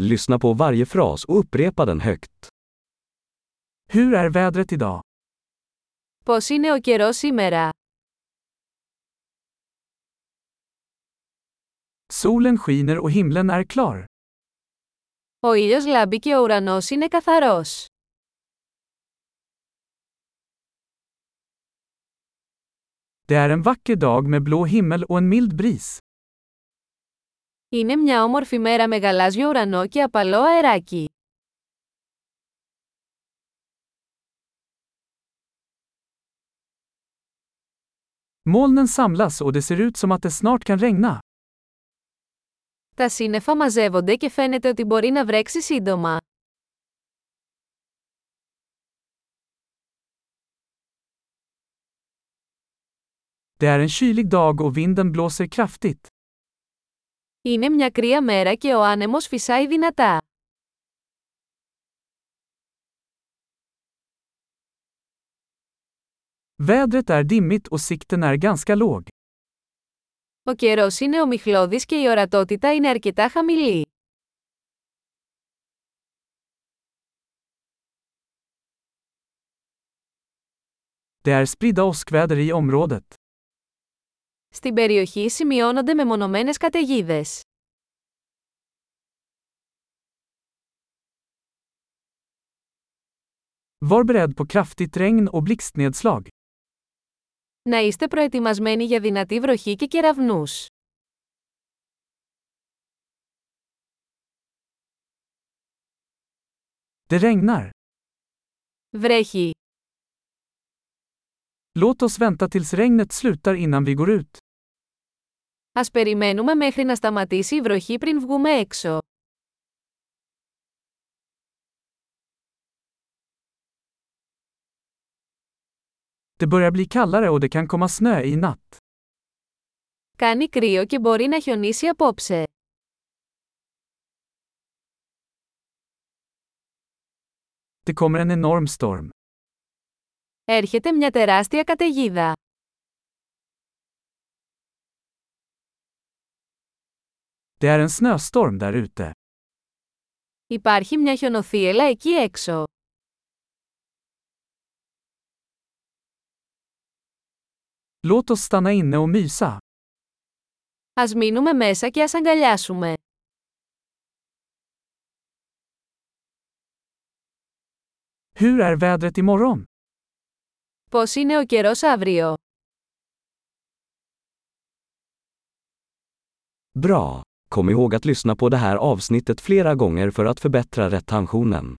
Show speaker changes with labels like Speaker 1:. Speaker 1: Lyssna på varje fras och upprepa den högt.
Speaker 2: Hur är vädret idag?
Speaker 3: Πώς είναι ο καιρός σήμερα?
Speaker 2: Solen skiner och himlen är klar.
Speaker 3: Ο ήλιος λάμπει και ο ουρανός είναι καθαρός.
Speaker 2: Det är en vacker dag med blå himmel och en mild bris.
Speaker 3: Είναι μια όμορφη μέρα με γαλάζιο ουρανό και απαλό αεράκι.
Speaker 2: Molnen samlas och det ser ut som att det snart kan regna.
Speaker 3: Τα σύννεφα μαζεύονται και φαίνεται ότι μπορεί να βρέξει σύντομα.
Speaker 2: Det är en kylig dag och vinden blåser kraftigt.
Speaker 3: Είναι μια κρύα μέρα και ο άνεμος φυσάει δυνατά.
Speaker 2: Vädret är dimmigt och sikten är ganska låg.
Speaker 3: Ο καιρός είναι ομιχλώδης και η ορατότητα είναι αρκετά χαμηλή.
Speaker 2: Det är spridda åskväder i området.
Speaker 3: Στην περιοχή σημειώνονται μεμονωμένες καταιγίδες.
Speaker 2: Var beredd på kraftigt regn och blixtnedslag.
Speaker 3: Να είστε προετοιμασμένοι για δυνατή βροχή και κεραυνούς.
Speaker 2: Det regnar.
Speaker 3: Βρέχει.
Speaker 2: Låt oss vänta tills regnet slutar innan vi går ut.
Speaker 3: Ας περιμένουμε μέχρι να σταματήσει η βροχή πριν βγούμε έξω.
Speaker 2: Det börjar bli kallare och det kan komma snö i natt.
Speaker 3: Κάνει κρύο και μπορεί να χιονίσει απόψε.
Speaker 2: Det kommer en enorm storm.
Speaker 3: Έρχεται μια τεράστια καταιγίδα.
Speaker 2: Det är en snöstorm där ute.
Speaker 3: Υπάρχει μια χιονοθύελα εκεί έξω.
Speaker 2: Låt oss stanna inne och mysa.
Speaker 3: Ας μείνουμε μέσα και ας αγκαλιάσουμε.
Speaker 2: Hur är vädret imorgon?
Speaker 3: Πώς είναι ο καιρός αύριο.
Speaker 1: Bra! Kom ihåg att lyssna på det här avsnittet flera gånger för att förbättra retentionen.